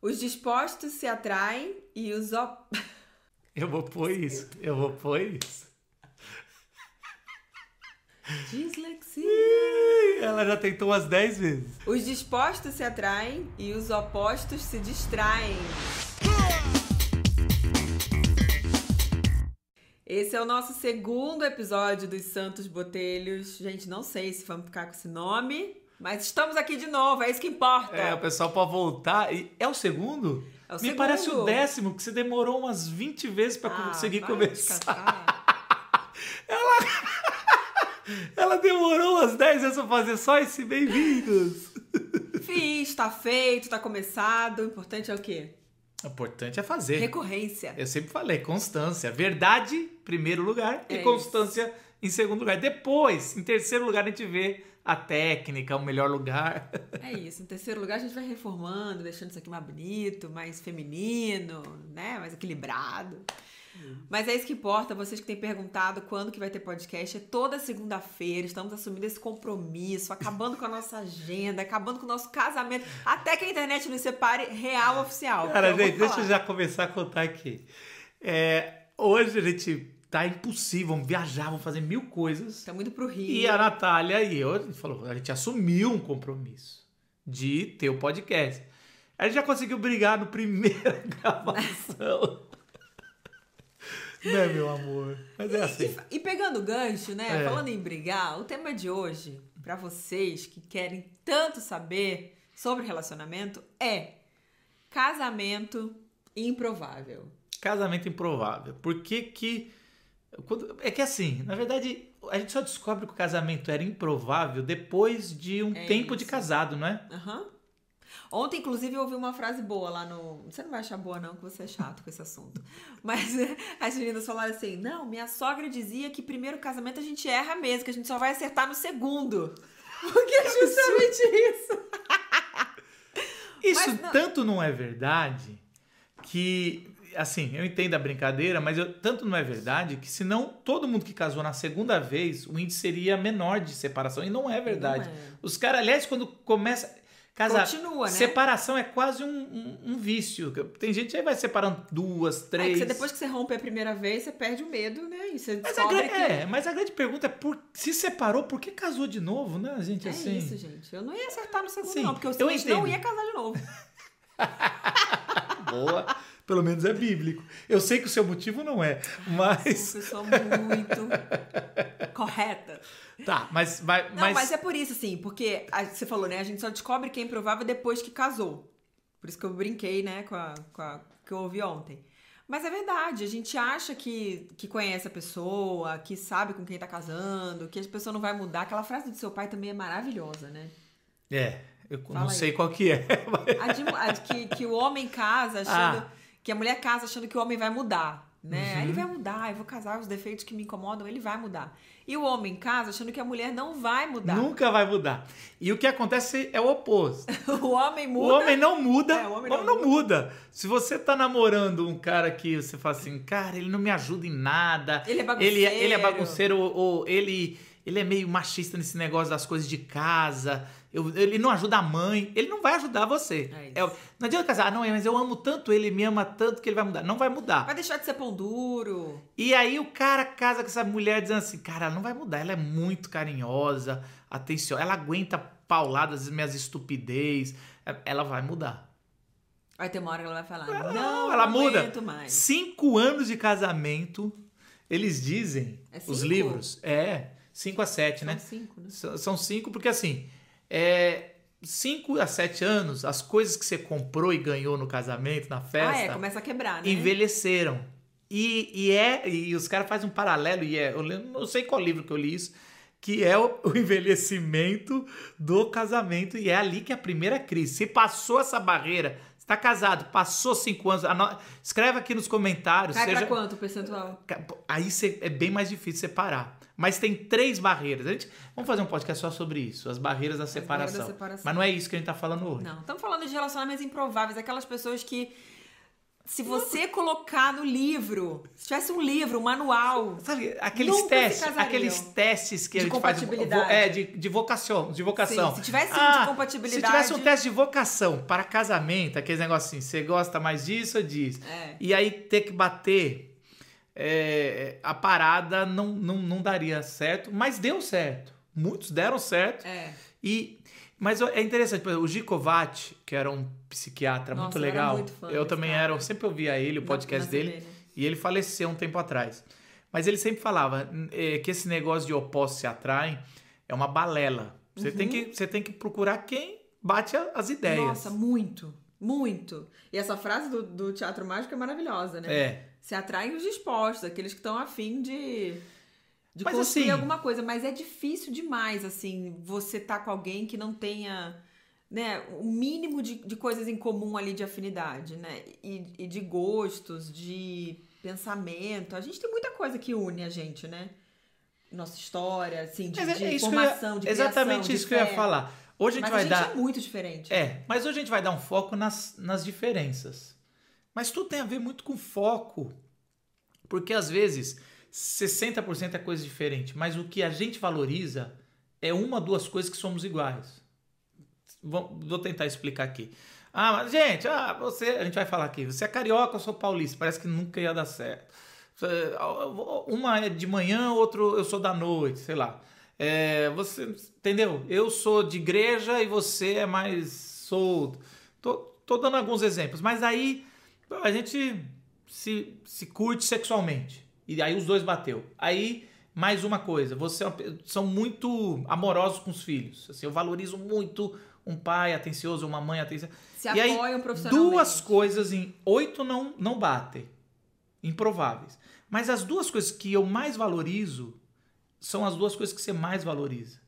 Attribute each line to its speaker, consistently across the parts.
Speaker 1: Os dispostos se atraem e os op...
Speaker 2: Eu vou pôr isso. Eu vou pôr isso.
Speaker 1: Dislexia.
Speaker 2: Ih, Ela já tentou umas 10 vezes.
Speaker 1: Os dispostos se atraem e os opostos se distraem. Esse é o nosso segundo episódio dos Santos Botelhos. Gente, não sei se vamos ficar com esse nome, mas estamos aqui de novo, é isso que importa.
Speaker 2: É, o pessoal pode voltar. E é o segundo?
Speaker 1: É o
Speaker 2: Me
Speaker 1: segundo.
Speaker 2: parece o décimo, que você demorou umas 20 vezes pra
Speaker 1: Ah,
Speaker 2: conseguir
Speaker 1: vai tá.
Speaker 2: começar.
Speaker 1: descansar.
Speaker 2: Ela demorou umas 10 vezes pra fazer só esse bem-vindos.
Speaker 1: Fiz, tá feito, tá começado. O importante é o quê?
Speaker 2: O importante é fazer.
Speaker 1: Recorrência.
Speaker 2: Eu sempre falei, constância. Verdade, primeiro lugar,
Speaker 1: É
Speaker 2: e constância em segundo lugar. Depois, em terceiro lugar, a gente vê a técnica, o melhor lugar.
Speaker 1: É isso. Em terceiro lugar, a gente vai reformando, deixando isso aqui mais bonito, mais feminino, né? Mais equilibrado. Mas é isso que importa. Vocês que têm perguntado quando que vai ter podcast, é toda segunda-feira. Estamos assumindo esse compromisso, acabando com a nossa agenda, acabando com o nosso casamento, até que a internet nos separe real oficial.
Speaker 2: É. Cara,
Speaker 1: Então,
Speaker 2: gente,
Speaker 1: vou
Speaker 2: deixa eu
Speaker 1: falar.
Speaker 2: já começar a contar aqui. É, hoje a gente tá impossível, vamos viajar, vamos fazer mil coisas.
Speaker 1: Estamos indo pro Rio.
Speaker 2: E a Natália e eu, a gente falou, a gente assumiu um compromisso de ter o podcast. A gente já conseguiu brigar no primeira gravação. né, meu amor? Mas é assim.
Speaker 1: E pegando o gancho, né?
Speaker 2: É.
Speaker 1: Falando em brigar, o tema de hoje, pra vocês que querem tanto saber sobre relacionamento, é casamento improvável.
Speaker 2: Casamento improvável. Por que que... quando- é que assim, na verdade, a gente só descobre que o casamento era improvável depois de um
Speaker 1: É
Speaker 2: tempo de
Speaker 1: isso.
Speaker 2: casado, não é?
Speaker 1: Aham. Ontem, inclusive, eu ouvi uma frase boa lá no. Você não vai achar boa, não, que você é chato com esse assunto. Mas eh, as meninas falaram assim: não, minha sogra dizia que primeiro casamento a gente erra mesmo, que a gente só vai acertar no segundo. Porque é justamente isso.
Speaker 2: Isso
Speaker 1: Mas não-
Speaker 2: tanto não é verdade que, assim, eu entendo a brincadeira, mas eu- tanto não é verdade que senão todo mundo que casou na segunda vez, o índice seria menor de separação. E não é verdade.
Speaker 1: Não é.
Speaker 2: Os caras, aliás, quando começa. Casar,
Speaker 1: Continua, né?
Speaker 2: separação é quase um, um- um vício. Tem gente aí vai separando duas,
Speaker 1: É que
Speaker 2: três.
Speaker 1: você, depois que você rompe a primeira vez, você perde o medo, né? E você
Speaker 2: mas, a
Speaker 1: descobre
Speaker 2: grande,
Speaker 1: que...
Speaker 2: é, mas a grande pergunta é por, se separou, por que casou de novo, né, gente?
Speaker 1: É
Speaker 2: assim,
Speaker 1: isso, gente. Eu não ia acertar no segundo,
Speaker 2: Sim,
Speaker 1: não, porque eu,
Speaker 2: eu
Speaker 1: simplesmente não
Speaker 2: entendo.
Speaker 1: ia casar de novo.
Speaker 2: boa. Pelo menos é bíblico. Eu sei que o seu motivo não é, mas.
Speaker 1: Eu sou uma pessoa muito correta.
Speaker 2: Tá, mas vai.
Speaker 1: Não, mas...
Speaker 2: mas,
Speaker 1: é por isso, assim, porque a- você falou, né? A gente só descobre quem é improvável depois que casou. Por isso que eu brinquei, né, com a, com a- que eu ouvi ontem. Mas é verdade, a gente acha que, que conhece a pessoa, que sabe com quem tá casando, que a pessoa não vai mudar. Aquela frase do seu pai também é maravilhosa, né?
Speaker 2: É, eu
Speaker 1: Fala
Speaker 2: não
Speaker 1: aí.
Speaker 2: sei qual que é. mas-
Speaker 1: A de- a de que, que o homem casa achando.
Speaker 2: Ah.
Speaker 1: Que a mulher casa achando que o homem vai mudar. Né?
Speaker 2: Uhum.
Speaker 1: Aí Ele vai mudar, eu vou casar, os defeitos que me incomodam, ele vai mudar. E o homem casa achando que a mulher não vai mudar.
Speaker 2: Nunca vai mudar. E o que acontece é o oposto.
Speaker 1: O homem
Speaker 2: O
Speaker 1: muda.
Speaker 2: homem não muda,
Speaker 1: É,
Speaker 2: o homem, não, muda. Se você tá namorando um cara que você fala assim, cara, ele não me ajuda em nada.
Speaker 1: Ele é bagunceiro.
Speaker 2: Ele, ele é bagunceiro, ou, ou ele, ele é meio machista nesse negócio das coisas de casa. eu- ele não ajuda a mãe. Ele não vai ajudar você.
Speaker 1: É isso.
Speaker 2: É, não adianta casar, "Ah, não, mas eu amo tanto ele, me ama tanto que ele vai mudar. Não vai mudar.
Speaker 1: Vai deixar de ser pão duro.
Speaker 2: E aí o cara casa com essa mulher dizendo assim, cara, ela não vai mudar, ela é muito carinhosa, atenciosa, ela aguenta pauladas e minhas estupidez, é, ela vai mudar.
Speaker 1: Vai ter uma hora que ela vai falar.
Speaker 2: Ela-
Speaker 1: não,
Speaker 2: Ah, ela
Speaker 1: não
Speaker 2: muda.
Speaker 1: aguento mais.
Speaker 2: Cinco anos de casamento, eles dizem,
Speaker 1: É
Speaker 2: os
Speaker 1: cinco?
Speaker 2: livros, é, cinco a sete, né?
Speaker 1: São cinco, né?
Speaker 2: S- São cinco, porque assim, é, cinco a sete anos, as coisas que você comprou e ganhou no casamento, na festa,
Speaker 1: Ah, é, começa a quebrar, né?
Speaker 2: envelheceram. E, e é, e os caras fazem um paralelo, e é, eu lem- não sei qual livro que eu li isso, que é o, o envelhecimento do casamento, e é ali que é a primeira crise. Se passou essa barreira, está casado, passou cinco anos, ano- escreve aqui nos comentários.
Speaker 1: Cai
Speaker 2: seja-
Speaker 1: pra quanto o percentual?
Speaker 2: Ca- pô, Aí cê- é bem mais difícil separar. Mas tem três barreiras. A gente, vamos fazer um podcast só sobre isso, as barreiras da separação.
Speaker 1: separação.
Speaker 2: Mas não é isso que a gente tá falando hoje.
Speaker 1: Não, estamos falando de relacionamentos improváveis, aquelas pessoas que Se você colocar no livro, se tivesse um livro, um manual.
Speaker 2: Sabe, aqueles
Speaker 1: Nunca se
Speaker 2: testes,
Speaker 1: casariam.
Speaker 2: aqueles testes que
Speaker 1: De
Speaker 2: a gente faz.
Speaker 1: compatibilidade.
Speaker 2: vo- É, de, de vocação, de vocação. Ah,
Speaker 1: Sim, se tivesse um de compatibilidade-
Speaker 2: Se tivesse um teste de vocação para casamento, aqueles negócios assim, você gosta mais disso ou disso?
Speaker 1: É.
Speaker 2: E aí ter que bater, é, a parada não, não, não daria certo, mas deu certo. Muitos deram certo.
Speaker 1: É.
Speaker 2: E, mas é interessante, por exemplo, o Gicovati, que era um psiquiatra
Speaker 1: Nossa,
Speaker 2: muito
Speaker 1: eu era
Speaker 2: legal.
Speaker 1: muito fã
Speaker 2: eu
Speaker 1: desse
Speaker 2: também
Speaker 1: cara.
Speaker 2: era, eu sempre ouvia ele, o
Speaker 1: Na-
Speaker 2: podcast
Speaker 1: nas
Speaker 2: dele,
Speaker 1: orelhas.
Speaker 2: e ele faleceu um tempo atrás. Mas ele sempre falava eh, que esse negócio de opostos se atraem é uma balela. Você, tem, que, você tem que procurar quem bate a- as ideias.
Speaker 1: Uhum. Nossa, muito. Muito. E essa frase do, do Teatro Mágico é maravilhosa, né?
Speaker 2: É.
Speaker 1: Se atraem os dispostos, aqueles que estão afim de, de
Speaker 2: Mas
Speaker 1: construir
Speaker 2: assim-
Speaker 1: alguma coisa. Mas é difícil demais, assim, você tá com alguém que não tenha né, o mínimo de, de coisas em comum ali de afinidade, né? E, e de gostos, de pensamento. A gente tem muita coisa que une a gente, né? Nossa história, assim, de,
Speaker 2: Mas
Speaker 1: de
Speaker 2: é isso que eu ia-
Speaker 1: formação, de criação,
Speaker 2: Exatamente
Speaker 1: de
Speaker 2: isso que eu
Speaker 1: fé.
Speaker 2: ia falar. Hoje a gente
Speaker 1: Mas
Speaker 2: vai
Speaker 1: a gente
Speaker 2: dar.
Speaker 1: é muito diferente.
Speaker 2: É, mas hoje a gente vai dar um foco nas, nas diferenças. Mas tudo tem a ver muito com foco. Porque às vezes 60% é coisa diferente, mas o que a gente valoriza é uma, duas coisas que somos iguais. Vou, vou tentar explicar aqui. Ah, mas gente, ah, você, a gente vai falar aqui. Você é carioca, eu sou paulista. Parece que nunca ia dar certo. Você- Uma é de manhã, outro eu sou da noite, sei lá. É, você entendeu? Eu sou de igreja e você é mais solto. Tô, tô dando alguns exemplos, mas aí a gente se, se curte sexualmente. E aí os dois bateu. Aí mais uma coisa, você é uma pe- são muito amorosos com os filhos. Assim, eu valorizo muito um pai atencioso, uma mãe atenciosa.
Speaker 1: Se
Speaker 2: E aí,
Speaker 1: apoiam profissionalmente.
Speaker 2: Duas coisas em oito não, não batem. Improváveis. Mas as duas coisas que eu mais valorizo são as duas coisas que você mais valoriza.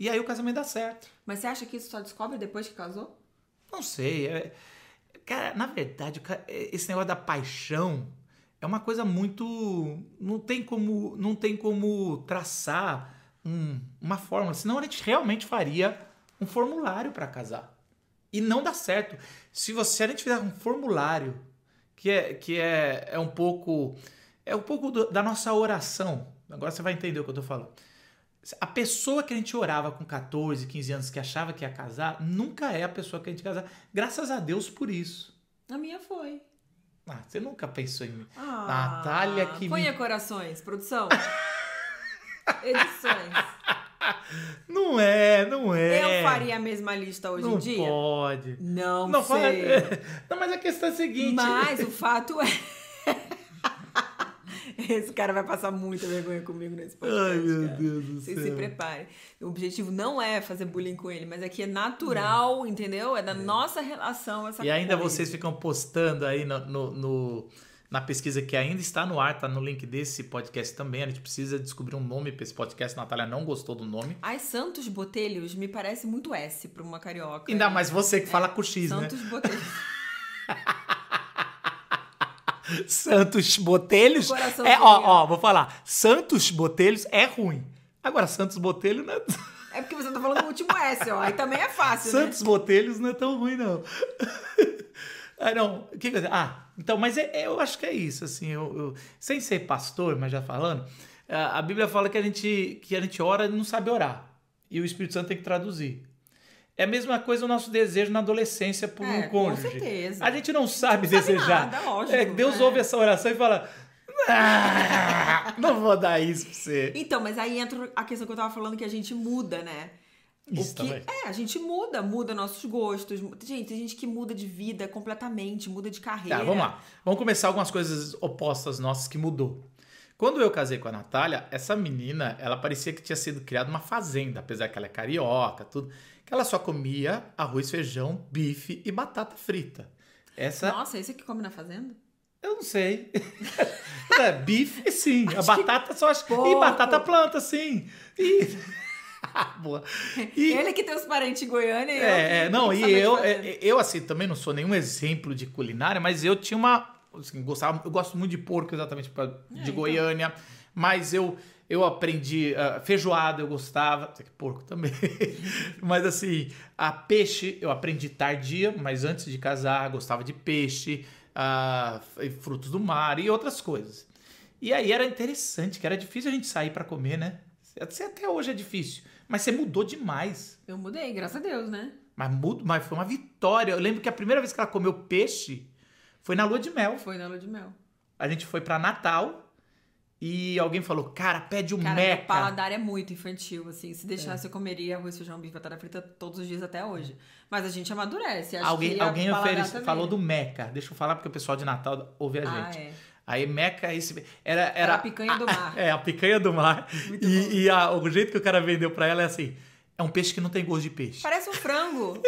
Speaker 2: E aí o casamento dá certo.
Speaker 1: Mas você acha que isso só descobre depois que casou?
Speaker 2: Não sei. é- Cara, na verdade, o ca- é- esse negócio da paixão é uma coisa muito. Não tem como, não tem como traçar um- uma fórmula. Senão a gente realmente faria um formulário para casar. E não dá certo. Se você se a gente fizer um formulário, que é, que é, é um pouco. É um pouco do- da nossa oração. Agora você vai entender o que eu tô falando. A pessoa que a gente orava com 14, 15 anos, que achava que ia casar, nunca é a pessoa que a gente casar. Graças a Deus por isso.
Speaker 1: A minha foi.
Speaker 2: Ah, você nunca pensou em mim.
Speaker 1: Ah,
Speaker 2: Natália, que
Speaker 1: Ponha
Speaker 2: me-
Speaker 1: corações, produção. Edições.
Speaker 2: Não é, não é.
Speaker 1: Eu faria a mesma lista hoje
Speaker 2: Não
Speaker 1: em dia?
Speaker 2: pode.
Speaker 1: Não,
Speaker 2: Não, fala-
Speaker 1: sei.
Speaker 2: não, mas a questão é a seguinte.
Speaker 1: Mas o fato é... Esse cara vai passar muita vergonha comigo nesse podcast.
Speaker 2: Ai, meu
Speaker 1: cara.
Speaker 2: Deus do
Speaker 1: Vocês se
Speaker 2: céu.
Speaker 1: preparem. O objetivo não é fazer bullying com ele, mas é que é natural, entendeu? É da nossa relação essa
Speaker 2: E ainda
Speaker 1: coisa.
Speaker 2: vocês ficam postando aí no, no- no- na pesquisa que ainda está no ar, tá no link desse podcast também. A gente precisa descobrir um nome para esse podcast. Natália não gostou do nome.
Speaker 1: Ai, Santos Botelhos me parece muito S pra uma carioca.
Speaker 2: Ainda mais você que fala com X, né?
Speaker 1: Santos Botelhos.
Speaker 2: Santos Botelhos.
Speaker 1: Coração
Speaker 2: É,
Speaker 1: obrigado.
Speaker 2: ó, ó, vou falar. Santos Botelhos é ruim. Agora, Santos Botelho não é...
Speaker 1: É porque você tá falando o último S, ó. Aí também é fácil,
Speaker 2: Santos Botelhos não é tão ruim, não. ah, não. O que que eu- Ah, então, mas é- é- eu acho que é isso, assim. eu- eu- sem ser pastor, mas já falando, a a Bíblia fala que a gente, que a gente ora e não sabe orar. E o Espírito Santo tem que traduzir. É a mesma coisa o nosso desejo na adolescência por
Speaker 1: É,
Speaker 2: um
Speaker 1: com
Speaker 2: cônjuge.
Speaker 1: certeza.
Speaker 2: A gente não sabe
Speaker 1: Não sabe
Speaker 2: desejar.
Speaker 1: nada, lógico,
Speaker 2: É, Deus
Speaker 1: é.
Speaker 2: ouve essa oração e fala: "Ah, não vou dar isso pra você.
Speaker 1: né? Então, mas aí entra a questão que eu tava falando que a gente muda, né?
Speaker 2: Isso
Speaker 1: o que
Speaker 2: também.
Speaker 1: é, a gente muda, muda nossos gostos. mu- Gente, tem gente que muda de vida completamente, muda de carreira.
Speaker 2: Tá, vamos lá. Vamos começar algumas coisas opostas nossas que mudou. Quando eu casei com a Natália, essa menina, ela parecia que tinha sido criada numa fazenda, apesar que ela é carioca, tudo, que ela só comia arroz, feijão, bife e batata frita. Essa,
Speaker 1: Nossa, é esse aqui come na fazenda?
Speaker 2: eu não sei. é, bife, sim. A batata só acho. E
Speaker 1: pouco.
Speaker 2: batata planta, sim. E... Ah, Boa. E-
Speaker 1: Ele que tem os parentes em Goiânia. e eu
Speaker 2: é,
Speaker 1: que
Speaker 2: é, não,
Speaker 1: sabe
Speaker 2: e
Speaker 1: de
Speaker 2: eu,
Speaker 1: fazenda.
Speaker 2: é, eu, assim, também não sou nenhum exemplo de culinária, mas eu tinha uma. assim, gostava, eu gosto muito de porco, exatamente, pra- de
Speaker 1: É, então.
Speaker 2: Goiânia, mas eu. Eu aprendi ah, feijoada, eu gostava, sei que porco também. mas assim, a peixe eu aprendi tardia, mas antes de casar, gostava de peixe. ah, frutos do mar e outras coisas. E aí era interessante, que era difícil a gente sair para comer, né? Você Até hoje é difícil, mas você mudou demais.
Speaker 1: Eu mudei, graças a Deus, né?
Speaker 2: Mas, mudo, mas foi uma vitória. Eu lembro que a primeira vez que ela comeu peixe foi na lua de mel.
Speaker 1: Foi na lua de mel.
Speaker 2: A gente foi para Natal e alguém falou: Cara, pede um
Speaker 1: Cara,
Speaker 2: meca. É.
Speaker 1: meu paladar é muito infantil, assim. Se deixasse, eu comeria arroz, feijão, bife, batata frita todos os dias até hoje. Mas a gente amadurece. Acho
Speaker 2: Alguém,
Speaker 1: que a-
Speaker 2: alguém
Speaker 1: o paladar
Speaker 2: oferece-
Speaker 1: também.
Speaker 2: falou do Meca. Deixa eu falar porque o pessoal de Natal ouve a
Speaker 1: Ah,
Speaker 2: gente.
Speaker 1: é.
Speaker 2: Aí Meca esse, era, era,
Speaker 1: Era a picanha do mar.
Speaker 2: É, a picanha do mar.
Speaker 1: Muito bom.
Speaker 2: E, e a- o jeito que o cara vendeu pra ela é assim: é um peixe que não tem gosto de peixe.
Speaker 1: Parece um frango.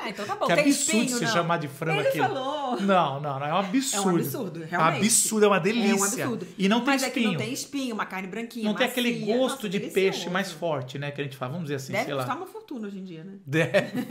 Speaker 1: ah, então tá bom.
Speaker 2: que
Speaker 1: tem
Speaker 2: absurdo
Speaker 1: espinho,
Speaker 2: se
Speaker 1: não.
Speaker 2: chamar de frango
Speaker 1: Ele
Speaker 2: aquilo.
Speaker 1: falou.
Speaker 2: Não, não, não. É um absurdo.
Speaker 1: É um absurdo, realmente.
Speaker 2: Absurdo, é uma delícia.
Speaker 1: É um absurdo.
Speaker 2: E não tem
Speaker 1: Mas é
Speaker 2: espinho.
Speaker 1: que não tem espinho, uma carne branquinha,
Speaker 2: Não tem
Speaker 1: macia.
Speaker 2: aquele gosto
Speaker 1: Nossa,
Speaker 2: de
Speaker 1: delicioso.
Speaker 2: peixe mais forte, né? Que a gente fala, vamos dizer assim,
Speaker 1: Deve
Speaker 2: sei lá.
Speaker 1: custar uma fortuna hoje em dia, né?
Speaker 2: Deve.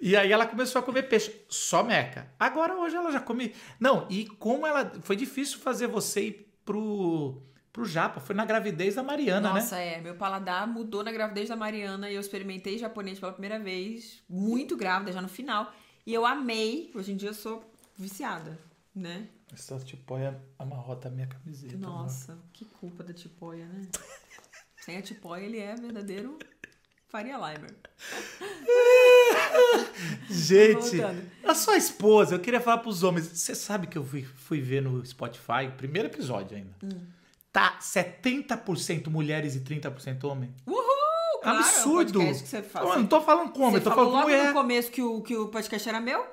Speaker 2: E aí ela começou a comer peixe, só meca. Agora hoje ela já come. Não, e como ela. Foi difícil fazer você ir pro, pro Japa. Foi na gravidez da Mariana, né?
Speaker 1: Nossa, é. Meu paladar mudou na gravidez da Mariana e eu experimentei japonês pela primeira vez, muito grávida, já no final. E eu amei. Hoje em dia eu sou viciada, né?
Speaker 2: Essa tipoia amarrota a minha camiseta. né?
Speaker 1: Nossa, que culpa da tipoia, né? Sem a tipoia, ele é verdadeiro Faria Limer.
Speaker 2: Gente,
Speaker 1: Tá Voltando.
Speaker 2: a sua esposa, eu queria falar pros homens. Você sabe que eu fui, fui ver no Spotify, primeiro episódio ainda.
Speaker 1: Hum.
Speaker 2: Tá 70% mulheres e 30% homem.
Speaker 1: Uhul! Claro, é um
Speaker 2: Absurdo!
Speaker 1: podcast que você faz.
Speaker 2: Eu não tô falando como,
Speaker 1: Você
Speaker 2: eu tô
Speaker 1: falou
Speaker 2: falando
Speaker 1: logo
Speaker 2: como é.
Speaker 1: no começo que o, que o podcast era meu?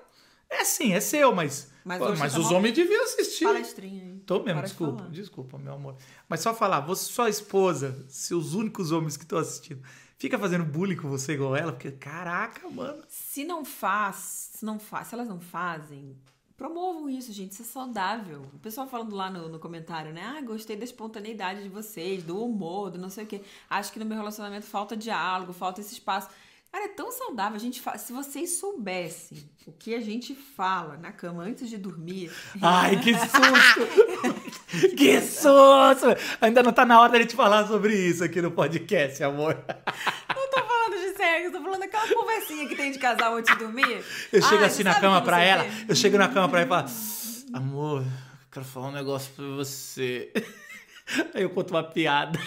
Speaker 2: É sim, é seu, mas.
Speaker 1: Mas
Speaker 2: Pô,
Speaker 1: hoje
Speaker 2: mas
Speaker 1: tá
Speaker 2: os
Speaker 1: mó-
Speaker 2: homens deviam assistir.
Speaker 1: Palestrinha aí.
Speaker 2: Tô mesmo,
Speaker 1: Para de
Speaker 2: desculpa,
Speaker 1: falar.
Speaker 2: desculpa, meu amor. Mas só falar, você, sua esposa, seus únicos homens que estão assistindo, fica fazendo bullying com você igual ela, porque caraca, mano.
Speaker 1: Se não faz, se não faz, se elas não fazem, promovam isso, gente, isso é saudável. O pessoal falando lá no, no comentário, né? Ah, gostei da espontaneidade de vocês, do humor, do não sei o quê. Acho que no meu relacionamento falta diálogo, falta esse espaço. Cara, é tão saudável. A gente fa... Se vocês soubessem o que a gente fala na cama antes de dormir.
Speaker 2: Ai, que susto! que susto! Ainda não tá na hora da gente falar sobre isso aqui no podcast, amor.
Speaker 1: Não tô falando de sexo, tô falando daquela conversinha que tem de casal antes de dormir.
Speaker 2: Eu chego
Speaker 1: Ah,
Speaker 2: assim
Speaker 1: você
Speaker 2: na
Speaker 1: sabe
Speaker 2: cama
Speaker 1: que
Speaker 2: pra
Speaker 1: você
Speaker 2: ela,
Speaker 1: tem?
Speaker 2: eu chego na cama pra ela e falo, amor, eu quero falar um negócio pra você. Aí eu conto uma piada.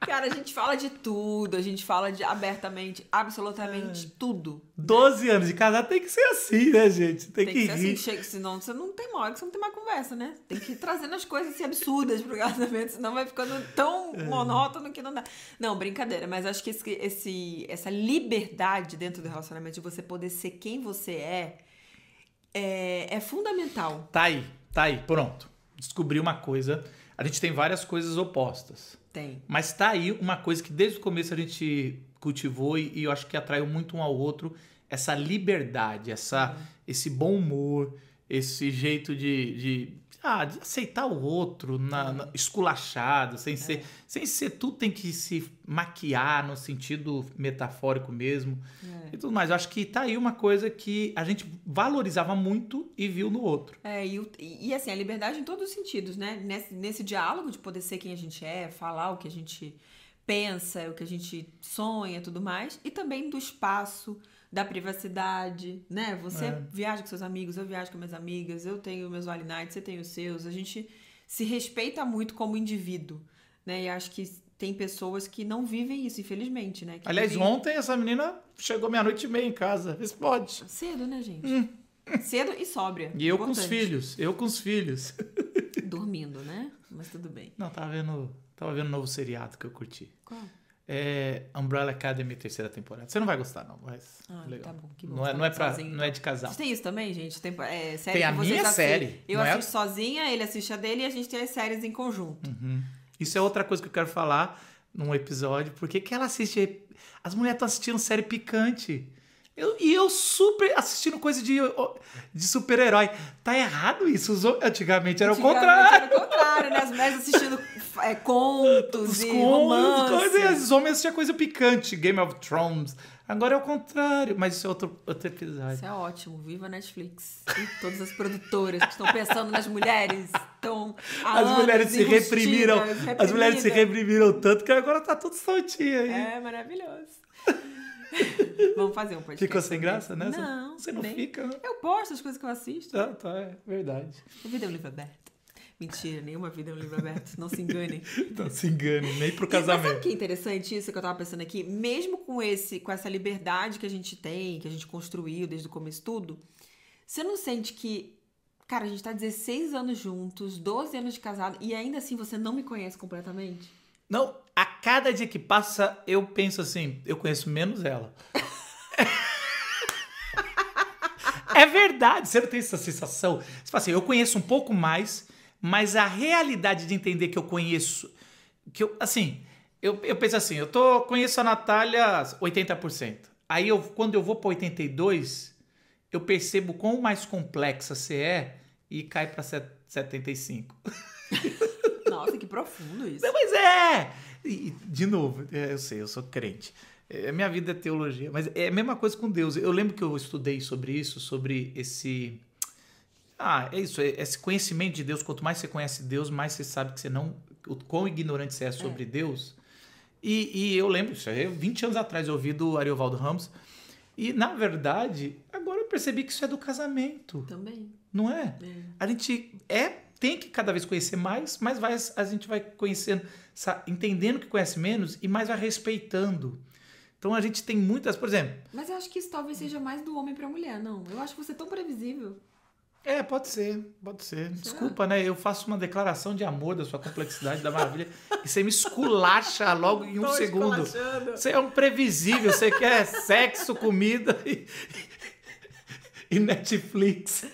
Speaker 1: Cara, a gente fala de tudo, a gente fala de abertamente, absolutamente
Speaker 2: É.
Speaker 1: tudo.
Speaker 2: 12 anos de casado tem que ser assim, né, gente? Tem,
Speaker 1: Tem
Speaker 2: que,
Speaker 1: que ser assim,
Speaker 2: rir.
Speaker 1: chega, senão você não tem uma hora que você não tem mais conversa, né? Tem que ir trazendo as coisas assim, absurdas pro casamento, senão vai ficando tão
Speaker 2: É.
Speaker 1: monótono que não dá. Não, brincadeira, mas acho que esse, esse- essa liberdade dentro do relacionamento, de você poder ser quem você é, é, é fundamental.
Speaker 2: Tá aí, tá aí, pronto. Descobri uma coisa. A gente tem várias coisas opostas.
Speaker 1: Tem.
Speaker 2: Mas tá aí uma coisa que desde o começo a gente cultivou e, e eu acho que atraiu muito um ao outro essa liberdade, essa, esse bom humor, esse jeito de, de, ah, de aceitar o outro na- na- esculachado, sem ser. Sem ser, tudo tem que se maquiar no sentido metafórico mesmo
Speaker 1: É.
Speaker 2: e tudo mais. Eu acho que tá aí uma coisa que a gente valorizava muito e viu no outro.
Speaker 1: É, e, o- e, e, assim, a liberdade em todos os sentidos, né? Nesse, nesse diálogo de poder ser quem a gente é, falar o que a gente pensa, o que a gente sonha e tudo mais, e também do espaço, da privacidade, né? Você
Speaker 2: É.
Speaker 1: viaja com seus amigos, eu viajo com minhas amigas, eu tenho meus wine nights, você tem os seus, a gente se respeita muito como indivíduo, né? E acho que tem pessoas que não vivem isso, infelizmente, né? Que
Speaker 2: Aliás,
Speaker 1: vivem-
Speaker 2: ontem essa menina chegou meia-noite e meia em casa. Vê se pode.
Speaker 1: Cedo, né, gente? Cedo e sóbria.
Speaker 2: Hum. E eu com os
Speaker 1: Importante.
Speaker 2: filhos. Eu com os filhos.
Speaker 1: Dormindo, né? Mas tudo bem.
Speaker 2: Não, tava vendo, tava vendo um novo seriado que eu curti.
Speaker 1: Qual?
Speaker 2: É Umbrella Academy, terceira temporada. Você não vai gostar, não, mas.
Speaker 1: Ah, tá
Speaker 2: legal.
Speaker 1: bom, que bom,
Speaker 2: não, é,
Speaker 1: tá
Speaker 2: não, é pra,
Speaker 1: sozinho,
Speaker 2: não é de casal.
Speaker 1: Vocês têm isso também, gente? Tem, é, série
Speaker 2: Tem a
Speaker 1: que vocês
Speaker 2: minha
Speaker 1: assistem.
Speaker 2: série,
Speaker 1: Eu
Speaker 2: não é?
Speaker 1: assisto sozinha, ele assiste a dele e a gente tem as séries em conjunto.
Speaker 2: Isso é outra coisa que eu quero falar num episódio. Por que que ela assiste. As mulheres estão assistindo série picante. Eu- e eu super assistindo coisa de, de super-herói. Tá errado isso. Os hom- Antigamente era o
Speaker 1: Antigamente
Speaker 2: contrário.
Speaker 1: Era o contrário, né? As mulheres assistindo é, contos
Speaker 2: Os
Speaker 1: e
Speaker 2: contos, coisa, assim.
Speaker 1: romances.
Speaker 2: os homens assistiam coisa picante, Game of Thrones. Agora é o contrário, mas isso é outro, outro episódio.
Speaker 1: Isso é ótimo. Viva a Netflix. E todas as produtoras que estão pensando nas mulheres. Estão há
Speaker 2: As
Speaker 1: anos
Speaker 2: mulheres se
Speaker 1: enrustidas,
Speaker 2: reprimiram, as mulheres se
Speaker 1: reprimidas.
Speaker 2: reprimiram tanto que agora tá tudo soltinho aí.
Speaker 1: É maravilhoso. Vamos fazer um podcast.
Speaker 2: Ficou sem graça, né? Você-
Speaker 1: Não,
Speaker 2: Você não
Speaker 1: nem.
Speaker 2: fica, né?
Speaker 1: Eu posto as coisas que eu assisto.
Speaker 2: Tá, tá, é verdade.
Speaker 1: A vida é um livro aberto. Mentira, nenhuma vida é um livro aberto. Não se enganem.
Speaker 2: Não se engane, nem pro
Speaker 1: Mas sabe o
Speaker 2: casamento.
Speaker 1: que é interessante isso que eu tava pensando aqui? Mesmo com, esse, com essa liberdade que a gente tem, que a gente construiu desde o começo tudo, você não sente que, cara, a gente tá 16 anos juntos, 12 anos de casado, e ainda assim você não me conhece completamente?
Speaker 2: Não, a cada dia que passa, eu penso assim, eu conheço menos ela. é verdade, você não tem essa sensação? Você fala assim, eu conheço um pouco mais, mas a realidade de entender que eu conheço, que eu, assim, eu, eu penso assim, eu tô, conheço a Natália 80%. Aí eu, quando eu vou pra 82, eu percebo quão mais complexa você é e cai pra 75.
Speaker 1: Nossa, que profundo isso.
Speaker 2: Não, mas é! E, e, de novo, é, eu sei, eu sou crente. É, minha vida é teologia, mas é a mesma coisa com Deus. Eu lembro que eu estudei sobre isso, sobre esse. Ah, é isso, é esse conhecimento de Deus. Quanto mais você conhece Deus, mais você sabe que você não. O quão ignorante você é sobre Deus. E, e eu lembro, isso aí, 20 anos atrás, eu ouvi do Ariovaldo Ramos. E, na verdade, agora eu percebi que isso é do casamento,
Speaker 1: Também.
Speaker 2: não é?
Speaker 1: É.
Speaker 2: A gente é tem que cada vez conhecer mais, mas vai, a gente vai conhecendo, sa- entendendo que conhece menos e mais vai respeitando. Então a gente tem muitas, por exemplo,
Speaker 1: Mas eu acho que isso talvez seja mais do homem pra mulher, não. Eu acho você tão previsível.
Speaker 2: é, pode ser, pode ser. Desculpa, né? Eu faço uma declaração de amor da sua complexidade, da maravilha, e você me esculacha logo em um segundo. Você é um previsível, você quer sexo, comida e, e Netflix.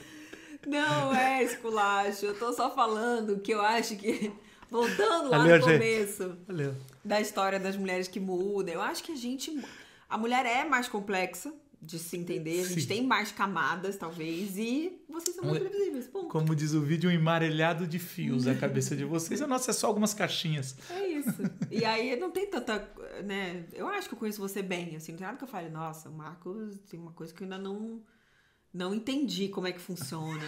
Speaker 1: Não é esculacho. Eu tô só falando que eu acho que. Voltando lá
Speaker 2: Valeu,
Speaker 1: no
Speaker 2: gente.
Speaker 1: começo.
Speaker 2: Valeu.
Speaker 1: da história das mulheres que muda. Eu acho que a gente. A mulher é mais complexa de se entender, a gente
Speaker 2: Sim.
Speaker 1: tem mais camadas, talvez, e vocês são mais
Speaker 2: Mulher-
Speaker 1: previsíveis. Ponto.
Speaker 2: Como diz o vídeo, um emarelhado de fios a cabeça de vocês. A nossa é só algumas caixinhas.
Speaker 1: É isso. E aí não tem tanta. né? Eu acho que eu conheço você bem, assim, não tem nada que eu fale, nossa, o Marcos tem uma coisa que eu ainda não. Não entendi como é que funciona.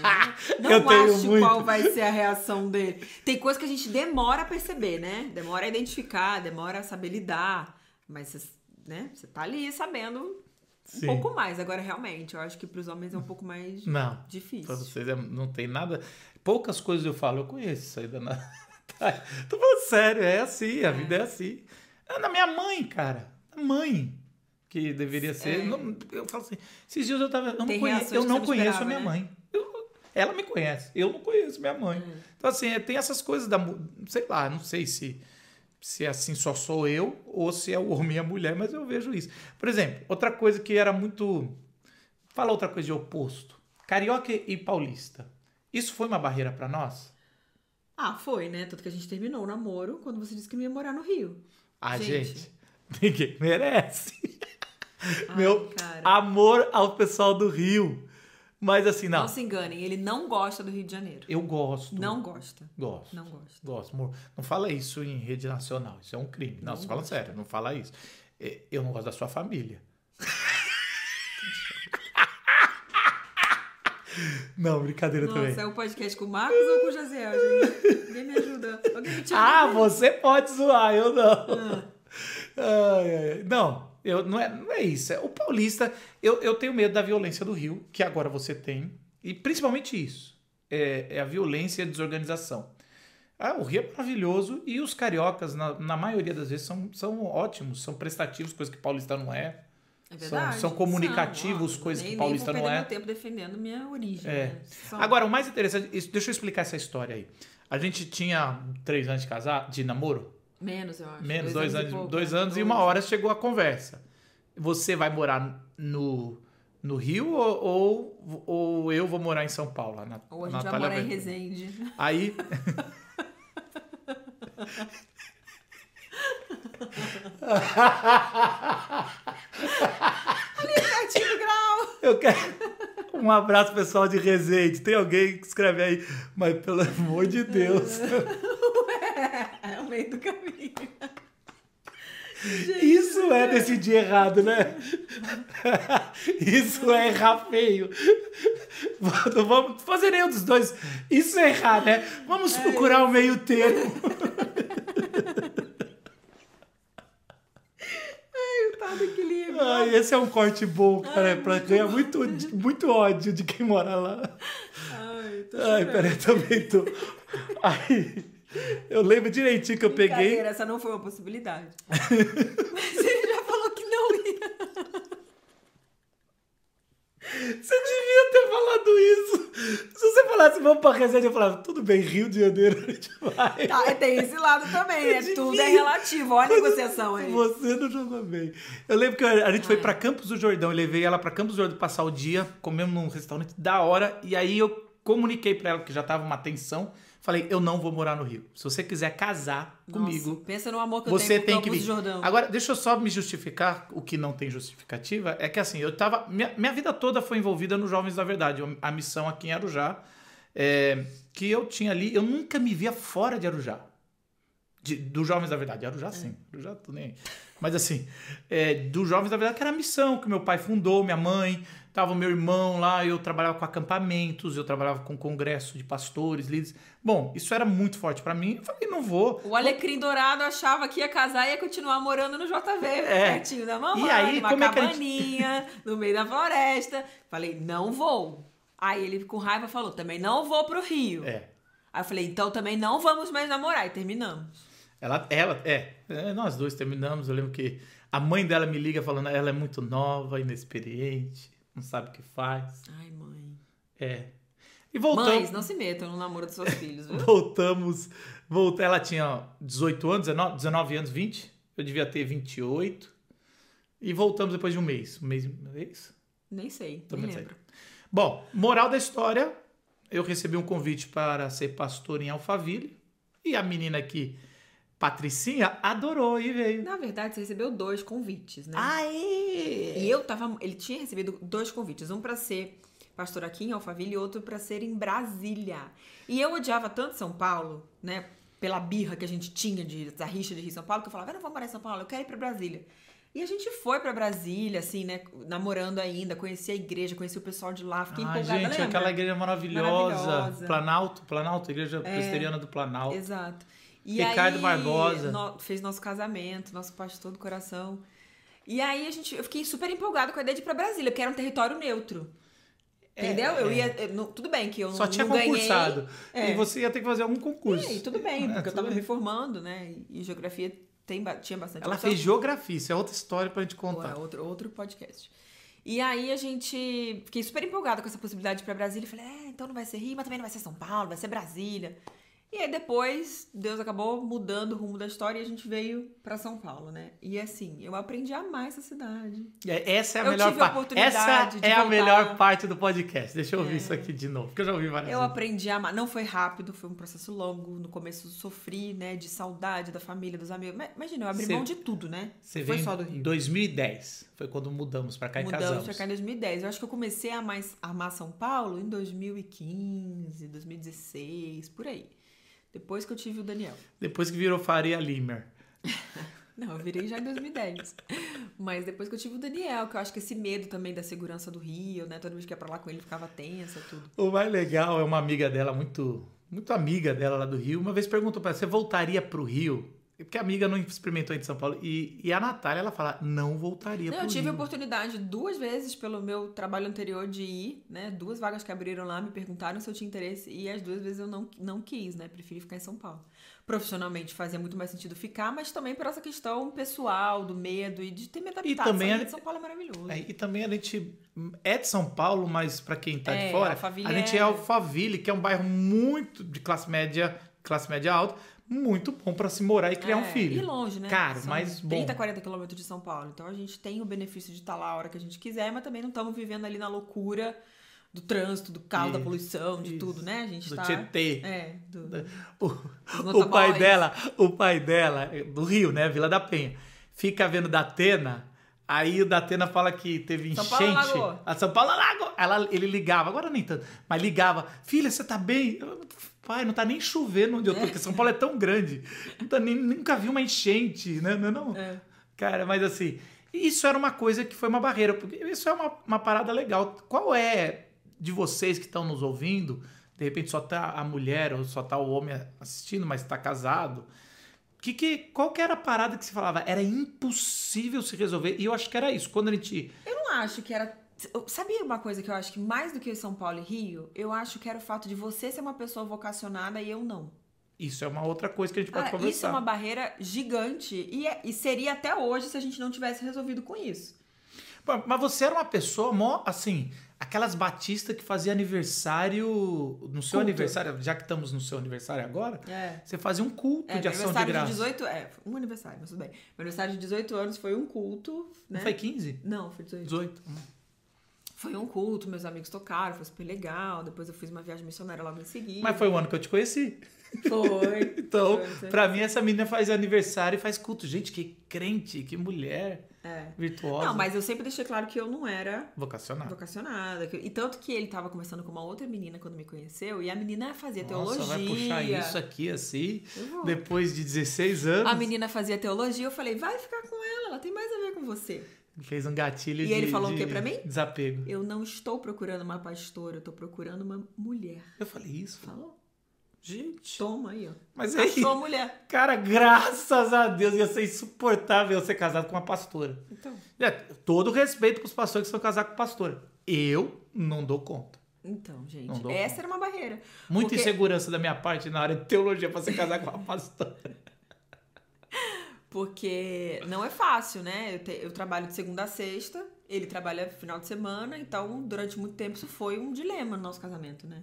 Speaker 1: Não,
Speaker 2: eu
Speaker 1: não
Speaker 2: tenho
Speaker 1: acho
Speaker 2: muito.
Speaker 1: qual vai ser a reação dele. Tem coisa que a gente demora a perceber, né? Demora a identificar, demora a saber lidar. Mas você, né? você tá ali sabendo um
Speaker 2: Sim.
Speaker 1: pouco mais. Agora, realmente, eu acho que pros homens é um pouco mais
Speaker 2: Não. Pra
Speaker 1: difícil.
Speaker 2: vocês é- não tem nada. Poucas coisas eu falo, eu conheço isso aí da Natália. Tô falando sério, é assim, a vida é assim. É da minha mãe, cara. Da mãe. Que deveria ser. não- eu falo assim, esses dias eu tava. Eu não
Speaker 1: é. Tem
Speaker 2: conheço,
Speaker 1: reações
Speaker 2: eu
Speaker 1: que
Speaker 2: não
Speaker 1: você não
Speaker 2: conheço
Speaker 1: esperava,
Speaker 2: a minha
Speaker 1: né?
Speaker 2: mãe. Eu- ela me conhece, eu não conheço minha mãe.
Speaker 1: Hum.
Speaker 2: Então, assim, é, tem essas coisas da. mu- Sei lá, não sei se. Se assim só sou eu ou se é o homem e a mulher, mas eu vejo isso. Por exemplo, outra coisa que era muito. Fala outra coisa de oposto. Carioca e paulista. Isso foi uma barreira pra nós?
Speaker 1: Ah, foi, né? Tanto que a gente terminou o namoro quando você disse que não ia morar no Rio.
Speaker 2: A Ah, gente,
Speaker 1: Gente.
Speaker 2: ninguém merece.
Speaker 1: Ai,
Speaker 2: Meu
Speaker 1: cara.
Speaker 2: amor ao pessoal do Rio. Mas assim, não.
Speaker 1: Não se enganem, ele não gosta do Rio de Janeiro.
Speaker 2: Eu gosto.
Speaker 1: Não gosta.
Speaker 2: Gosto.
Speaker 1: Não gosta.
Speaker 2: Gosto, amor. Não fala isso em rede nacional. Isso é um crime. Não,
Speaker 1: Não
Speaker 2: você fala sério. Não fala isso. É, Eu não gosto da sua família. não, brincadeira
Speaker 1: Nossa,
Speaker 2: também.
Speaker 1: é o podcast com o Marcos ou com o Jaziel, gente? Ninguém me ajuda. Alguém me tira.
Speaker 2: Ah, você pode zoar, eu não. Ai, ai, ai. Não, eu, não, é, não é isso. É, o paulista, eu, eu tenho medo da violência do Rio, que agora você tem, e principalmente isso: é, é a violência e a desorganização. Ah, o Rio é maravilhoso e os cariocas, na, na maioria das vezes, são, são ótimos, são prestativos, coisa que paulista não é.
Speaker 1: É verdade.
Speaker 2: são comunicativos,
Speaker 1: São, ó,
Speaker 2: coisas que
Speaker 1: nem-
Speaker 2: paulista
Speaker 1: nem
Speaker 2: não
Speaker 1: vou
Speaker 2: é.
Speaker 1: perder meu tempo defendendo minha origem.
Speaker 2: É.
Speaker 1: né? São-
Speaker 2: Agora, o mais interessante, isso- deixa eu explicar essa história aí. A gente tinha três anos de casar, de namoro,
Speaker 1: Menos, eu acho.
Speaker 2: Menos dois,
Speaker 1: e
Speaker 2: anos,
Speaker 1: pouco,
Speaker 2: dois
Speaker 1: né?
Speaker 2: anos e uma hora chegou a conversa. Você vai morar no, no Rio ou, ou, ou eu vou morar em São Paulo? A Na-
Speaker 1: Ou a gente vai
Speaker 2: Natália
Speaker 1: morar em
Speaker 2: Bertoni.
Speaker 1: Resende.
Speaker 2: Aí.
Speaker 1: Certinho Tá grau!
Speaker 2: Eu quero. Um abraço, pessoal de Resende. Tem alguém que escreve aí, mas pelo amor de Deus.
Speaker 1: É o meio do caminho.
Speaker 2: Isso é decidir errado, né? Isso é errar feio. Não vamos fazer nenhum dos dois. Isso é errar, né? Vamos procurar o meio termo.
Speaker 1: Ai, tá guarda equilíbrio.
Speaker 2: Ai, esse é um corte bom, cara.
Speaker 1: Ai,
Speaker 2: é pra
Speaker 1: muito
Speaker 2: ganhar
Speaker 1: bom.
Speaker 2: muito, muito ódio de quem mora lá.
Speaker 1: Ai, tô
Speaker 2: Ai,
Speaker 1: chorando.
Speaker 2: peraí, também tô. Ai, eu lembro direitinho que eu
Speaker 1: Brincadeira,
Speaker 2: peguei.
Speaker 1: Essa não foi uma possibilidade. Mas ele já falou que não ia.
Speaker 2: Você devia ter falado isso. Se você falasse, vamos pra Resende, eu falava, tudo bem, Rio de Janeiro, a gente vai.
Speaker 1: Tá, tem esse lado também, né?
Speaker 2: Difícil.
Speaker 1: Tudo é relativo. Olha a negociação aí.
Speaker 2: Você não jogou bem. Eu lembro que a gente foi pra Campos do Jordão, eu levei ela pra Campos do Jordão passar o dia, comemos num restaurante da hora, e aí eu comuniquei pra ela que já tava uma tensão, falei, eu não vou morar no Rio. Se você quiser casar
Speaker 1: Nossa,
Speaker 2: comigo,
Speaker 1: pensa no amor que
Speaker 2: você
Speaker 1: eu tenho
Speaker 2: tem
Speaker 1: por
Speaker 2: que
Speaker 1: Campos
Speaker 2: vir.
Speaker 1: do Jordão.
Speaker 2: Agora, deixa eu só me justificar, o que não tem justificativa, é que assim, eu tava. Minha, minha vida toda foi envolvida no Jovens da Verdade, a missão aqui em Arujá, é, que eu tinha ali, eu nunca me via fora de Arujá. De, do Jovens da Verdade,
Speaker 1: É.
Speaker 2: Arujá sim, Arujá tô nem aí. Mas assim, é, do Jovens da Verdade, que era a missão que meu pai fundou, minha mãe, tava o meu irmão lá, eu trabalhava com acampamentos, eu trabalhava com congresso de pastores, líderes. Bom, isso era muito forte pra mim, eu falei, não vou.
Speaker 1: O Alecrim Dourado achava que ia casar e ia continuar morando no JV, pertinho da mamãe,
Speaker 2: É. E aí,
Speaker 1: numa
Speaker 2: como é que a gente-
Speaker 1: cabaninha, no meio da floresta. Falei, não vou. Aí ele com raiva falou, também não vou pro Rio.
Speaker 2: É,
Speaker 1: Aí eu falei, então também não vamos mais namorar. E terminamos.
Speaker 2: Ela, ela, é, é, nós dois terminamos. Eu lembro que a mãe dela me liga falando, ela é muito nova, inexperiente, não sabe o que faz.
Speaker 1: Ai, mãe.
Speaker 2: É. E voltamos.
Speaker 1: Mães, né? não se metam no namoro dos seus filhos, viu?
Speaker 2: Voltamos. Volta, ela tinha 18 anos, 19, 19 anos, 20. Eu devia ter 28. E voltamos depois de um mês. Um mês, um mês?
Speaker 1: Nem sei,
Speaker 2: Também
Speaker 1: nem
Speaker 2: sei.
Speaker 1: lembro.
Speaker 2: Bom, moral da história, eu recebi um convite para ser pastor em Alphaville. E a menina aqui, Patricinha, adorou e veio.
Speaker 1: Na verdade, você recebeu dois convites,
Speaker 2: Ah,
Speaker 1: né?
Speaker 2: Aê!
Speaker 1: E eu tava. Ele tinha recebido dois convites, um pra ser pastor aqui em Alphaville e outro pra ser em Brasília. E eu odiava tanto São Paulo, né? Pela birra que a gente tinha de, da rixa de Rio e São Paulo, que eu falava, eu não vou morar em São Paulo, eu quero ir pra Brasília. E a gente foi pra Brasília, assim, né? Namorando ainda, conheci a igreja, conheci o pessoal de lá, fiquei
Speaker 2: Ah,
Speaker 1: empolgada,
Speaker 2: gente,
Speaker 1: lembra?
Speaker 2: aquela igreja maravilhosa.
Speaker 1: Maravilhosa. É.
Speaker 2: Planalto, Planalto, Igreja Presbiteriana do Planalto.
Speaker 1: Exato. E
Speaker 2: Ricardo
Speaker 1: aí,
Speaker 2: Barbosa.
Speaker 1: no- fez nosso casamento, nosso pastor do coração. E aí a gente, eu fiquei super empolgada com a ideia de ir pra Brasília, porque era um território neutro.
Speaker 2: É,
Speaker 1: Entendeu? eu
Speaker 2: é.
Speaker 1: ia. eu não- tudo bem que eu
Speaker 2: Só
Speaker 1: não,
Speaker 2: tinha
Speaker 1: não ganhei.
Speaker 2: concursado.
Speaker 1: É.
Speaker 2: E você ia ter que fazer algum concurso.
Speaker 1: É, e tudo bem,
Speaker 2: É,
Speaker 1: porque eu
Speaker 2: tudo
Speaker 1: tava
Speaker 2: bem.
Speaker 1: reformando, né? E geografia tem, ba- tinha bastante
Speaker 2: Ela
Speaker 1: opção.
Speaker 2: fez geografia, isso é outra história pra gente
Speaker 1: Ou é
Speaker 2: contar.
Speaker 1: outro, outro podcast. E aí a gente. Fiquei super empolgada com essa possibilidade pra Brasília. Falei, é, então não vai ser Rio, mas também não vai ser São Paulo, vai ser Brasília. E aí depois, Deus acabou mudando o rumo da história e a gente veio pra São Paulo, né? E assim, eu aprendi a amar essa cidade.
Speaker 2: É, Essa é a
Speaker 1: Eu
Speaker 2: melhor
Speaker 1: tive a
Speaker 2: parte.
Speaker 1: oportunidade
Speaker 2: Essa
Speaker 1: de
Speaker 2: é a
Speaker 1: voltar. É.
Speaker 2: melhor parte do podcast. Deixa eu ouvir isso aqui de novo, porque eu já ouvi várias
Speaker 1: Eu
Speaker 2: vezes.
Speaker 1: aprendi a amar. Não foi rápido, foi um processo longo. No começo eu sofri, né? De saudade da família, dos amigos. Mas, imagina, eu abri
Speaker 2: Você-
Speaker 1: mão de tudo, né?
Speaker 2: Você
Speaker 1: foi
Speaker 2: veio
Speaker 1: só do
Speaker 2: em
Speaker 1: Rio.
Speaker 2: 2010. Foi quando mudamos pra cá e
Speaker 1: Mudamos
Speaker 2: casamos.
Speaker 1: pra cá em 2010. Eu acho que eu comecei a mais amar São Paulo em 2015, 2016, por aí. Depois que eu tive o Daniel.
Speaker 2: Depois que virou Faria Limer.
Speaker 1: Não, eu virei já em 2010. Mas depois que eu tive o Daniel, que eu acho que esse medo também da segurança do Rio, né? Toda vez que ia pra lá com ele ficava tensa, tudo.
Speaker 2: O mais legal é uma amiga dela, muito, muito amiga dela lá do Rio, uma vez perguntou pra ela, você voltaria pro Rio? Porque a amiga não experimentou aí de São Paulo. E, e a Natália, ela fala, não voltaria
Speaker 1: Não,
Speaker 2: pro
Speaker 1: eu tive a
Speaker 2: Rio.
Speaker 1: oportunidade duas vezes pelo meu trabalho anterior de ir, né? Duas vagas que abriram lá me perguntaram se eu tinha interesse e as duas vezes eu não, não quis, né? Preferi ficar em São Paulo. Profissionalmente fazia muito mais sentido ficar, mas também por essa questão pessoal, do medo e de ter me adaptado.
Speaker 2: também
Speaker 1: Sair
Speaker 2: a-
Speaker 1: de São Paulo é maravilhoso.
Speaker 2: É, e também a gente é de São Paulo, mas pra quem tá
Speaker 1: É,
Speaker 2: de fora,
Speaker 1: Alphaville
Speaker 2: a gente é
Speaker 1: é-
Speaker 2: Alphaville, que é um bairro muito de classe média, classe média alta, muito bom pra se morar e criar um
Speaker 1: É,
Speaker 2: filho.
Speaker 1: E longe, né?
Speaker 2: Caro, mas bom.
Speaker 1: 30, 40 quilômetros de São Paulo. Então a gente tem o benefício de estar lá a hora que a gente quiser, mas também não estamos vivendo ali na loucura do trânsito, do caos, da
Speaker 2: Isso,
Speaker 1: poluição, de
Speaker 2: isso.
Speaker 1: tudo, né? A gente
Speaker 2: do
Speaker 1: tá.
Speaker 2: Tietê.
Speaker 1: É, do,
Speaker 2: O,
Speaker 1: motoboys.
Speaker 2: o pai dela, o pai dela, do Rio, né? Vila da Penha, fica vendo Datena. Aí o Datena fala que teve
Speaker 1: São
Speaker 2: enchente.
Speaker 1: Paulo alagou.
Speaker 2: a São Paulo alagou. Ela, ele ligava, agora nem tanto, mas ligava. Filha, você tá bem? Eu, Pai, não tá nem chovendo onde eu tô, porque São Paulo é tão grande. Não tá nem- nunca vi uma enchente, né? Não, é não.
Speaker 1: É.
Speaker 2: Cara, mas assim, isso era uma coisa que foi uma barreira, porque isso é uma, uma parada legal. Qual é de vocês que estão nos ouvindo? De repente só tá a mulher ou só tá o homem assistindo, mas tá casado. O Que, que, qual que era a parada que se falava? Era impossível se resolver. E eu acho que era isso. Quando a gente.
Speaker 1: Eu não acho que era. eu- Sabia uma coisa que eu acho que mais do que São Paulo e Rio, eu acho que era o fato de você ser uma pessoa vocacionada e eu não.
Speaker 2: Isso é uma outra coisa que a gente pode
Speaker 1: Ah,
Speaker 2: conversar.
Speaker 1: isso é uma barreira gigante e, é- e seria até hoje se a gente não tivesse resolvido com isso.
Speaker 2: Pô, Mas você era uma pessoa mó, assim, aquelas batistas que fazia aniversário. No
Speaker 1: Culto.
Speaker 2: seu aniversário, já que estamos no seu aniversário agora,
Speaker 1: É.
Speaker 2: você fazia um culto
Speaker 1: É,
Speaker 2: de
Speaker 1: meu
Speaker 2: ação de
Speaker 1: aniversário de,
Speaker 2: graça.
Speaker 1: 18. É, um aniversário, mas tudo bem. Meu aniversário de 18 anos foi um culto, né?
Speaker 2: Não foi 15?
Speaker 1: Não, foi 18.
Speaker 2: 18. Hum.
Speaker 1: Foi um culto, meus amigos tocaram, foi super legal. Depois eu fiz uma viagem missionária logo em seguida.
Speaker 2: Mas foi o ano que eu te conheci.
Speaker 1: Foi.
Speaker 2: Então,
Speaker 1: Foi, foi.
Speaker 2: pra mim, essa menina faz aniversário e faz culto. Gente, que crente, que mulher
Speaker 1: É.
Speaker 2: virtuosa.
Speaker 1: Não, mas eu sempre deixei claro que eu não era
Speaker 2: Vocacionada.
Speaker 1: vocacionada. que- E tanto que ele tava conversando com uma outra menina quando me conheceu, e a menina fazia
Speaker 2: Nossa,
Speaker 1: teologia.
Speaker 2: vai puxar isso aqui assim,
Speaker 1: Eu vou.
Speaker 2: depois de 16 anos.
Speaker 1: A menina fazia teologia, eu falei, vai ficar com ela, ela tem mais a ver com você.
Speaker 2: Fez um gatilho
Speaker 1: E
Speaker 2: de.
Speaker 1: ele falou o
Speaker 2: de
Speaker 1: quê pra mim?
Speaker 2: Desapego.
Speaker 1: Eu não estou procurando uma pastora, eu tô procurando uma mulher.
Speaker 2: Eu falei "É isso. falei,
Speaker 1: Falou?
Speaker 2: Gente.
Speaker 1: Toma aí, ó.
Speaker 2: Mas é isso.
Speaker 1: Achou a mulher.
Speaker 2: Cara, graças a Deus ia ser insuportável eu ser casado com uma pastora.
Speaker 1: Então.
Speaker 2: É, todo respeito pros pastores que são casados com pastora. Eu não dou conta.
Speaker 1: Então, gente,
Speaker 2: Não dou
Speaker 1: essa era uma barreira.
Speaker 2: Muita
Speaker 1: Porque-
Speaker 2: insegurança da minha parte na área de teologia pra ser casado com uma pastora.
Speaker 1: Porque não é fácil, né? Eu, te- eu trabalho de segunda a sexta, ele trabalha final de semana, então durante muito tempo isso foi um dilema no nosso casamento, né?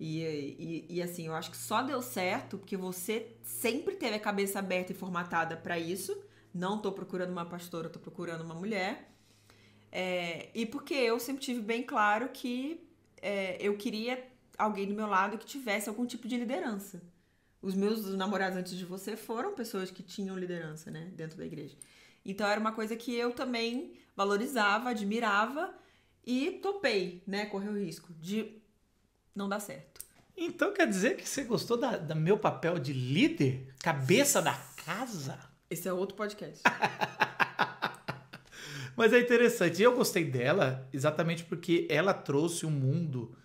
Speaker 1: E, e, e, assim, eu acho que só deu certo porque você sempre teve a cabeça aberta e formatada pra isso. Não tô procurando uma pastora, tô procurando uma mulher. É, e porque eu sempre tive bem claro que é, eu queria alguém do meu lado que tivesse algum tipo de liderança. Os meus namorados antes de você foram pessoas que tinham liderança, né, dentro da igreja. Então era uma coisa que eu também valorizava, admirava e topei, né, correr o risco de não dar certo.
Speaker 2: Então quer dizer que você gostou da, da meu papel de líder? Cabeça da casa?
Speaker 1: Esse é outro podcast.
Speaker 2: Mas é interessante. Eu gostei dela exatamente porque ela trouxe um mundo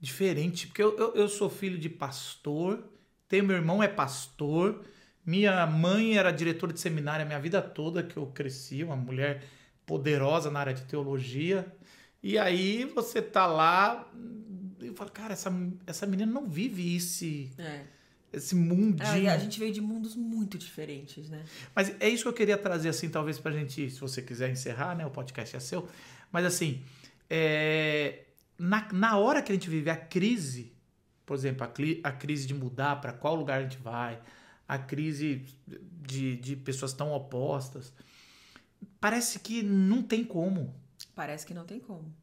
Speaker 2: diferente. Porque eu, eu, eu sou filho de pastor, tenho, meu irmão é pastor, minha mãe era diretora de seminário a minha vida toda que eu cresci, uma mulher poderosa na área de teologia. E aí você tá lá e fala, cara, essa, essa menina não vive esse,
Speaker 1: É.
Speaker 2: esse mundinho.
Speaker 1: É, a gente veio de mundos muito diferentes, né?
Speaker 2: Mas é isso que eu queria trazer, assim, talvez pra gente, se você quiser encerrar, né? O podcast é seu. Mas assim, é, na, na hora que a gente vive a crise, por exemplo, a, cli- a crise de mudar para qual lugar a gente vai, a crise de, de pessoas tão opostas, parece que não tem como.
Speaker 1: Parece que não tem como.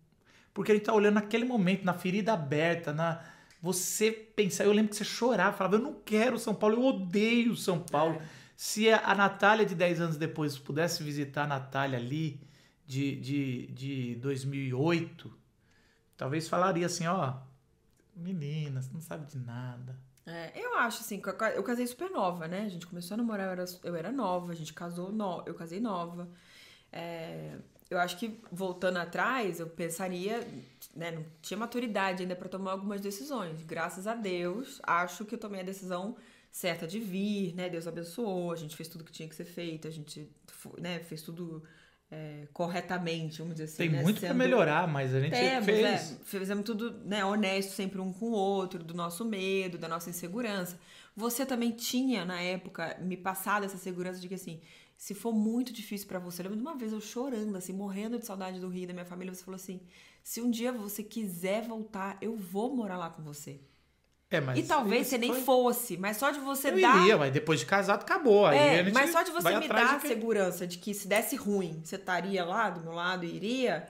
Speaker 2: Porque a gente tá olhando naquele momento, na ferida aberta, na. Você pensar, eu lembro que você chorava, falava, eu não quero São Paulo, eu odeio São Paulo. Se a, a Natália de 10 anos depois pudesse visitar a Natália ali de, de, de 2008, talvez falaria assim, ó, menina, você não sabe de nada.
Speaker 1: É, eu acho assim, que eu ca- eu casei super nova, né? A gente começou a namorar, eu era, eu era nova, a gente casou, no, eu casei nova. É, eu acho que voltando atrás, eu pensaria, né? Não tinha maturidade ainda pra tomar algumas decisões. Graças a Deus, acho que eu tomei a decisão certa de vir, né? Deus abençoou, a gente fez tudo que tinha que ser feito, a gente fo- né, fez tudo é, corretamente, vamos dizer assim.
Speaker 2: Tem
Speaker 1: né?
Speaker 2: muito pra
Speaker 1: Sendo-
Speaker 2: melhorar, mas a gente
Speaker 1: temos,
Speaker 2: fez.
Speaker 1: é, fizemos tudo né, honesto sempre um com o outro, do nosso medo, da nossa insegurança. Você também tinha, na época, me passado essa segurança de que assim, se for muito difícil pra você, eu lembro de uma vez eu chorando, assim, morrendo de saudade do Rio, da minha família, você falou assim: se um dia você quiser voltar, eu vou morar lá com você.
Speaker 2: É, mas
Speaker 1: e talvez
Speaker 2: isso
Speaker 1: você nem
Speaker 2: foi-
Speaker 1: fosse, mas só de você
Speaker 2: Eu
Speaker 1: dar.
Speaker 2: iria, mas depois de casado acabou. Aí
Speaker 1: É,
Speaker 2: a gente
Speaker 1: mas só de você
Speaker 2: vai
Speaker 1: me
Speaker 2: atrás
Speaker 1: dar
Speaker 2: do
Speaker 1: a
Speaker 2: que-
Speaker 1: segurança de que se desse ruim, você estaria lá do meu lado e iria,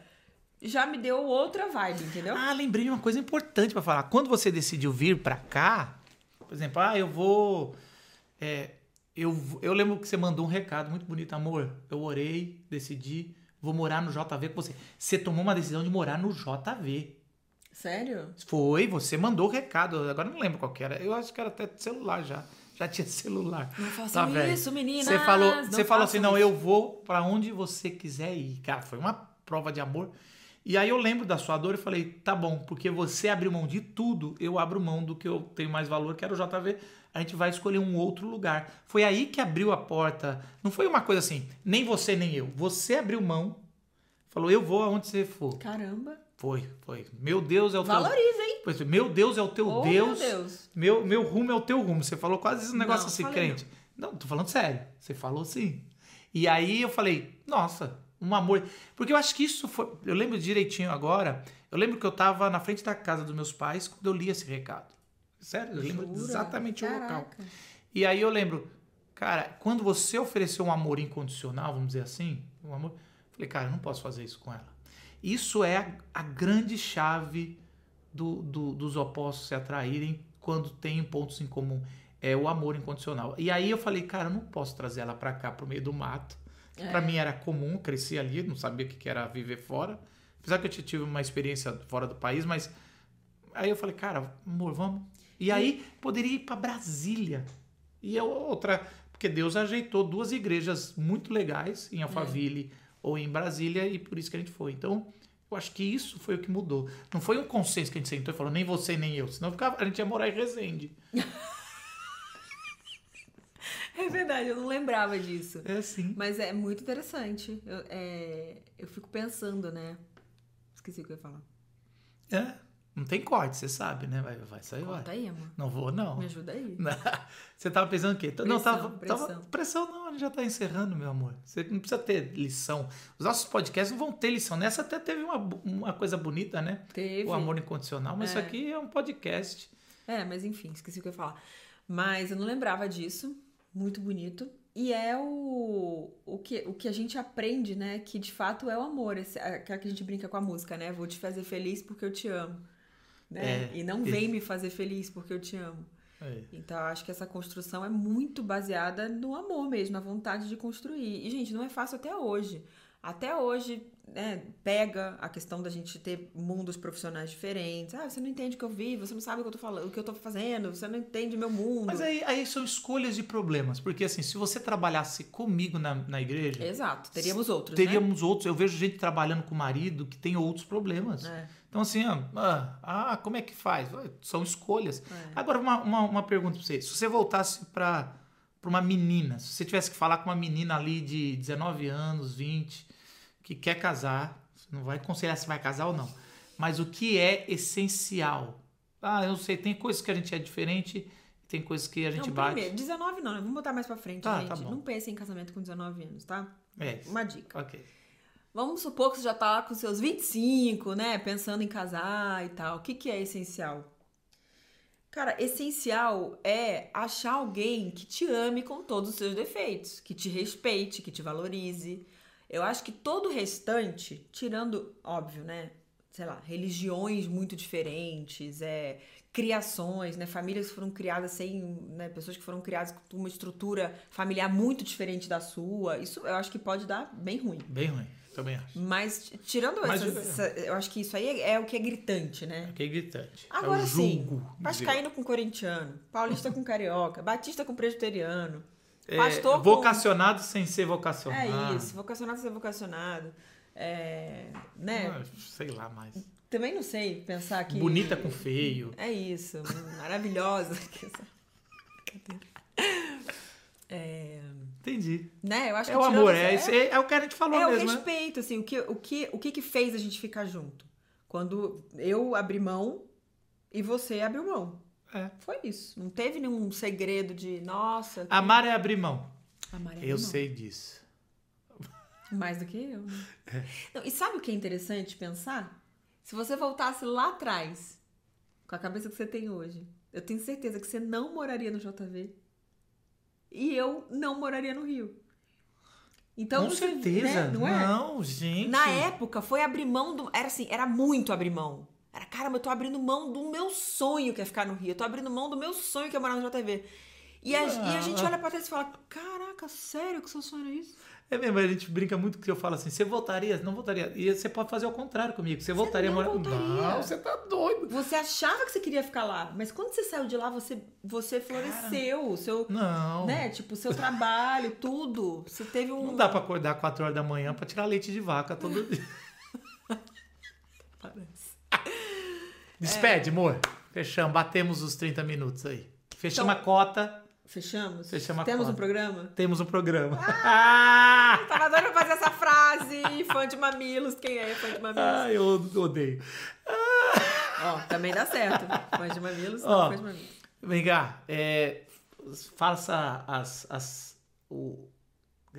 Speaker 1: já me deu outra vibe, entendeu?
Speaker 2: Ah, lembrei de uma coisa importante pra falar. Quando você decidiu vir pra cá, por exemplo, ah, eu vou. é, eu, eu lembro que você mandou um recado muito bonito, amor. Eu orei, decidi, vou morar no JV com você. Você tomou uma decisão de morar no JV.
Speaker 1: Sério?
Speaker 2: Foi, você mandou o recado. Agora eu não lembro qual que era. Eu acho que era até de celular já. Já tinha celular.
Speaker 1: Não façam
Speaker 2: Tá, velho.
Speaker 1: isso, meninas.
Speaker 2: Você falou,
Speaker 1: Não
Speaker 2: você falou
Speaker 1: façam
Speaker 2: assim, não,
Speaker 1: isso.
Speaker 2: eu vou pra onde você quiser ir. Cara, foi uma prova de amor. E aí eu lembro da sua dor e falei, tá bom, porque você abriu mão de tudo, eu abro mão do que eu tenho mais valor, que era o JV. A gente vai escolher um outro lugar. Foi aí que abriu a porta. Não foi uma coisa assim, nem você nem eu. Você abriu mão, falou, eu vou aonde você for.
Speaker 1: Caramba.
Speaker 2: Foi, foi. Meu Deus é o teu.
Speaker 1: Valoriza, hein?
Speaker 2: Pois é, Meu Deus é o teu
Speaker 1: Ô,
Speaker 2: Deus.
Speaker 1: Oh, Meu Deus.
Speaker 2: Meu, meu rumo é o teu rumo. Você falou quase esse negócio
Speaker 1: Não,
Speaker 2: assim,
Speaker 1: falei
Speaker 2: crente. Não, tô falando sério. Você falou sim. E aí eu falei, nossa, um amor. Porque eu acho que isso foi. Eu lembro direitinho agora. Eu lembro que eu tava na frente da casa dos meus pais quando eu li esse recado. Sério, eu lembro
Speaker 1: Jura?
Speaker 2: exatamente o local.
Speaker 1: Caraca.
Speaker 2: E aí eu lembro, cara, quando você ofereceu um amor incondicional, vamos dizer assim, um amor, eu falei, cara, eu não posso fazer isso com ela. Isso é a, a grande chave do- do- dos opostos se atraírem quando tem pontos em comum. É o amor incondicional. E aí eu falei, cara, eu não posso trazer ela pra cá, pro meio do mato. que
Speaker 1: É.
Speaker 2: Pra mim era comum, cresci ali, não sabia o que que era viver fora. Apesar que eu t- tive uma experiência fora do país, mas Aí eu falei, cara, amor, vamos. E aí
Speaker 1: Hum.
Speaker 2: poderia ir pra Brasília. E eu, outra, porque Deus ajeitou duas igrejas muito legais em Alphaville
Speaker 1: É.
Speaker 2: ou em Brasília e por isso que a gente foi. Então, eu acho que isso foi o que mudou. Não foi um consenso que a gente sentou e falou, nem você nem eu, senão ficava, a gente ia morar em Resende.
Speaker 1: É verdade, eu não lembrava disso.
Speaker 2: É assim.
Speaker 1: Mas é muito interessante. Eu, é, eu fico pensando, né? Esqueci o que eu ia falar.
Speaker 2: É. Não tem corte, você sabe, né? Vai, vai sair, vai.
Speaker 1: Conta aí, amor.
Speaker 2: Não vou, não.
Speaker 1: Me ajuda aí.
Speaker 2: Você tava pensando o quê? não,
Speaker 1: Pressão,
Speaker 2: tava,
Speaker 1: pressão.
Speaker 2: tava. Pressão não, a gente já tá encerrando, meu amor. Você não precisa ter lição. Os nossos podcasts não vão ter lição. Nessa até teve uma, bu- uma coisa bonita, né?
Speaker 1: Teve.
Speaker 2: O amor incondicional, mas
Speaker 1: É.
Speaker 2: isso aqui é um podcast.
Speaker 1: É, mas enfim, esqueci o que eu ia falar. Mas eu não lembrava disso. Muito bonito. E é o, o, que, o que a gente aprende, né? Que de fato é o amor. Esse, aquela que a gente brinca com a música, né? Vou te fazer feliz porque eu te amo. Né?
Speaker 2: É,
Speaker 1: e não vem me fazer feliz porque eu te amo.
Speaker 2: É.
Speaker 1: Então, eu acho que essa construção é muito baseada no amor mesmo, na vontade de construir. E, gente, não é fácil até hoje. Até hoje, né, pega a questão da gente ter mundos profissionais diferentes. Ah, você não entende o que eu vivo, você não sabe o que eu tô falando, o que eu tô fazendo, você não entende meu mundo.
Speaker 2: Mas é aí, aí são escolhas de problemas. Porque assim, se você trabalhasse comigo na, na igreja,
Speaker 1: Exato, teríamos outros, né?
Speaker 2: teríamos outros. Eu vejo gente trabalhando com o marido que tem outros problemas.
Speaker 1: né?
Speaker 2: Então, assim, ó, ah, ah, como é que faz? Ah, São escolhas.
Speaker 1: É, é.
Speaker 2: Agora, uma, uma, uma pergunta pra você. Se você voltasse pra, pra uma menina, se você tivesse que falar com uma menina ali de 19 anos, 20, que quer casar, você não vai aconselhar se vai casar ou não, mas o que é essencial? Ah, eu não sei, tem coisas que a gente é diferente, tem coisas que a gente
Speaker 1: Não,
Speaker 2: bate.
Speaker 1: primeiro, 19 não, né? Vamos botar mais pra frente,
Speaker 2: Tá,
Speaker 1: gente.
Speaker 2: tá bom.
Speaker 1: Não pense em casamento com 19 anos, tá?
Speaker 2: É,
Speaker 1: Uma dica.
Speaker 2: ok.
Speaker 1: Vamos supor que você já tá lá com seus 25, né? Pensando em casar e tal. O que, que é essencial? Cara, essencial é achar alguém que te ame com todos os seus defeitos, que te respeite, que te valorize. Eu acho que todo o restante, tirando, óbvio, né? Sei lá, religiões muito diferentes, é, criações, né? Famílias que foram criadas sem. Né, pessoas que foram criadas com uma estrutura familiar muito diferente da sua. Isso eu acho que pode dar bem ruim.
Speaker 2: Bem ruim, também acho.
Speaker 1: Mas t- tirando
Speaker 2: Mas
Speaker 1: essas,
Speaker 2: eu-
Speaker 1: essa- eu acho que isso aí é, é o que é gritante, né?
Speaker 2: Fiquei gritante. é
Speaker 1: Agora
Speaker 2: o
Speaker 1: sim,
Speaker 2: julgo.
Speaker 1: vascaíno com corintiano, paulista com carioca, batista com presbiteriano,
Speaker 2: É,
Speaker 1: pastor com-
Speaker 2: vocacionado sem ser
Speaker 1: É
Speaker 2: vocacionado.
Speaker 1: isso, vocacionado sem ser vocacionado. É, né?
Speaker 2: Ah, sei lá mais.
Speaker 1: Também não sei pensar que...
Speaker 2: Bonita com feio.
Speaker 1: É isso, maravilhosa. É,
Speaker 2: Entendi.
Speaker 1: né? Eu acho
Speaker 2: É
Speaker 1: que
Speaker 2: o
Speaker 1: tirando
Speaker 2: amor,
Speaker 1: essa-
Speaker 2: é, isso é, é o que a gente falou
Speaker 1: É, o
Speaker 2: mesmo. né?
Speaker 1: respeito, assim, o que, o, que, o que que fez a gente ficar junto? Quando eu abri mão e você abriu mão.
Speaker 2: É.
Speaker 1: Foi isso. Não teve nenhum segredo de, nossa,
Speaker 2: Amar é abrir mão.
Speaker 1: a Maria
Speaker 2: Eu
Speaker 1: Ah, não.
Speaker 2: sei disso.
Speaker 1: Mais do que eu. né? Não, e sabe o que é interessante pensar? Se você voltasse lá atrás, com a cabeça que você tem hoje, eu tenho certeza que você não moraria no JV. E eu não moraria no Rio. Então,
Speaker 2: Com
Speaker 1: você-
Speaker 2: certeza.
Speaker 1: né? Não é?
Speaker 2: Não, gente.
Speaker 1: Na é- época, foi abrir mão do. Era assim, era muito abrir mão. Era, caramba, eu tô abrindo mão do meu sonho que é ficar no Rio. Eu tô abrindo mão do meu sonho que é morar no JTV. E a,
Speaker 2: Ah.
Speaker 1: e a gente olha pra trás e fala: caraca, sério que seu sonho é isso?
Speaker 2: É mesmo, a gente brinca muito que eu falo assim, você voltaria, não voltaria. E você pode fazer o contrário comigo. Você voltaria
Speaker 1: não
Speaker 2: a morar.
Speaker 1: voltaria.
Speaker 2: Não, você tá doido.
Speaker 1: Você achava que você queria ficar lá, mas quando você saiu de lá, você, você floresceu. O seu.
Speaker 2: Não.
Speaker 1: Né? Tipo, o seu trabalho, tudo. Você teve um. É.
Speaker 2: Não dá pra acordar 4 horas da manhã pra tirar leite de vaca todo dia.
Speaker 1: Parece.
Speaker 2: Despede, amor. Fechamos, batemos os 30 minutos aí. Fechamos
Speaker 1: Então-
Speaker 2: a cota,
Speaker 1: Fechamos?
Speaker 2: Fechamos a
Speaker 1: Temos um
Speaker 2: conta.
Speaker 1: programa?
Speaker 2: temos o programa. Ah!
Speaker 1: Tava doida pra fazer essa frase. Fã de mamilos. Quem é fã de mamilos?
Speaker 2: Ah, eu odeio.
Speaker 1: Ó, também dá certo. Fã de mamilos,
Speaker 2: Ó.
Speaker 1: não fã de mamilos.
Speaker 2: Vem cá, é, faça as, as. o-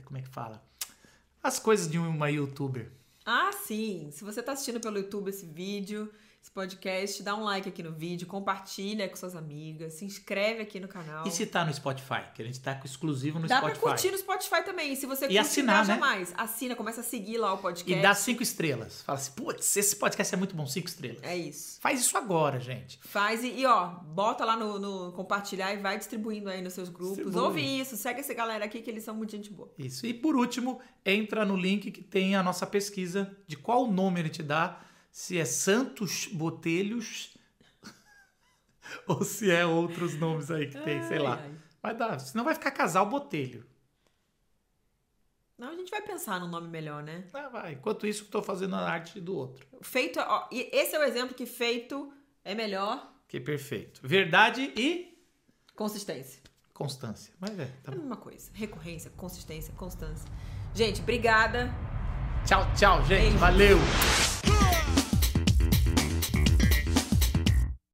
Speaker 2: Como é que fala? As coisas de uma youtuber.
Speaker 1: Ah, sim. Se você tá assistindo pelo YouTube esse vídeo, esse podcast, dá um like aqui no vídeo, compartilha com suas amigas, se inscreve aqui no canal.
Speaker 2: E se tá no Spotify? Que a gente tá com exclusivo no
Speaker 1: Dá
Speaker 2: Spotify.
Speaker 1: pra curtir no Spotify também. E se você curtir,
Speaker 2: assinar,
Speaker 1: dá
Speaker 2: né?
Speaker 1: jamais. Assina, começa a seguir lá o
Speaker 2: E
Speaker 1: podcast.
Speaker 2: dá cinco estrelas. Fala assim, putz, esse podcast é muito bom, cinco estrelas.
Speaker 1: É isso.
Speaker 2: Faz isso agora, gente.
Speaker 1: Faz e, e, ó, bota lá no, no compartilhar e vai distribuindo aí nos seus grupos.
Speaker 2: Distribui.
Speaker 1: Ouve isso, segue essa galera aqui que eles são muito gente boa.
Speaker 2: Isso. E por último, entra no link que tem a nossa pesquisa de qual nome ele te dá, se é Santos Botelhos ou se é outros nomes aí que tem, sei
Speaker 1: Ai,
Speaker 2: lá.
Speaker 1: ai.
Speaker 2: Vai dar, senão vai ficar casal Botelho.
Speaker 1: Não, a gente vai pensar num nome melhor, né?
Speaker 2: Ah, vai. Enquanto isso, eu tô fazendo a arte do outro.
Speaker 1: Feito, ó, e esse é o exemplo que feito é melhor
Speaker 2: Que perfeito. Verdade e
Speaker 1: consistência.
Speaker 2: constância. Mas é,
Speaker 1: É a
Speaker 2: tá bom.
Speaker 1: mesma coisa. Recorrência, consistência, constância. Gente, obrigada.
Speaker 2: Tchau, tchau, gente.
Speaker 1: Beijo.
Speaker 2: Valeu.
Speaker 3: Who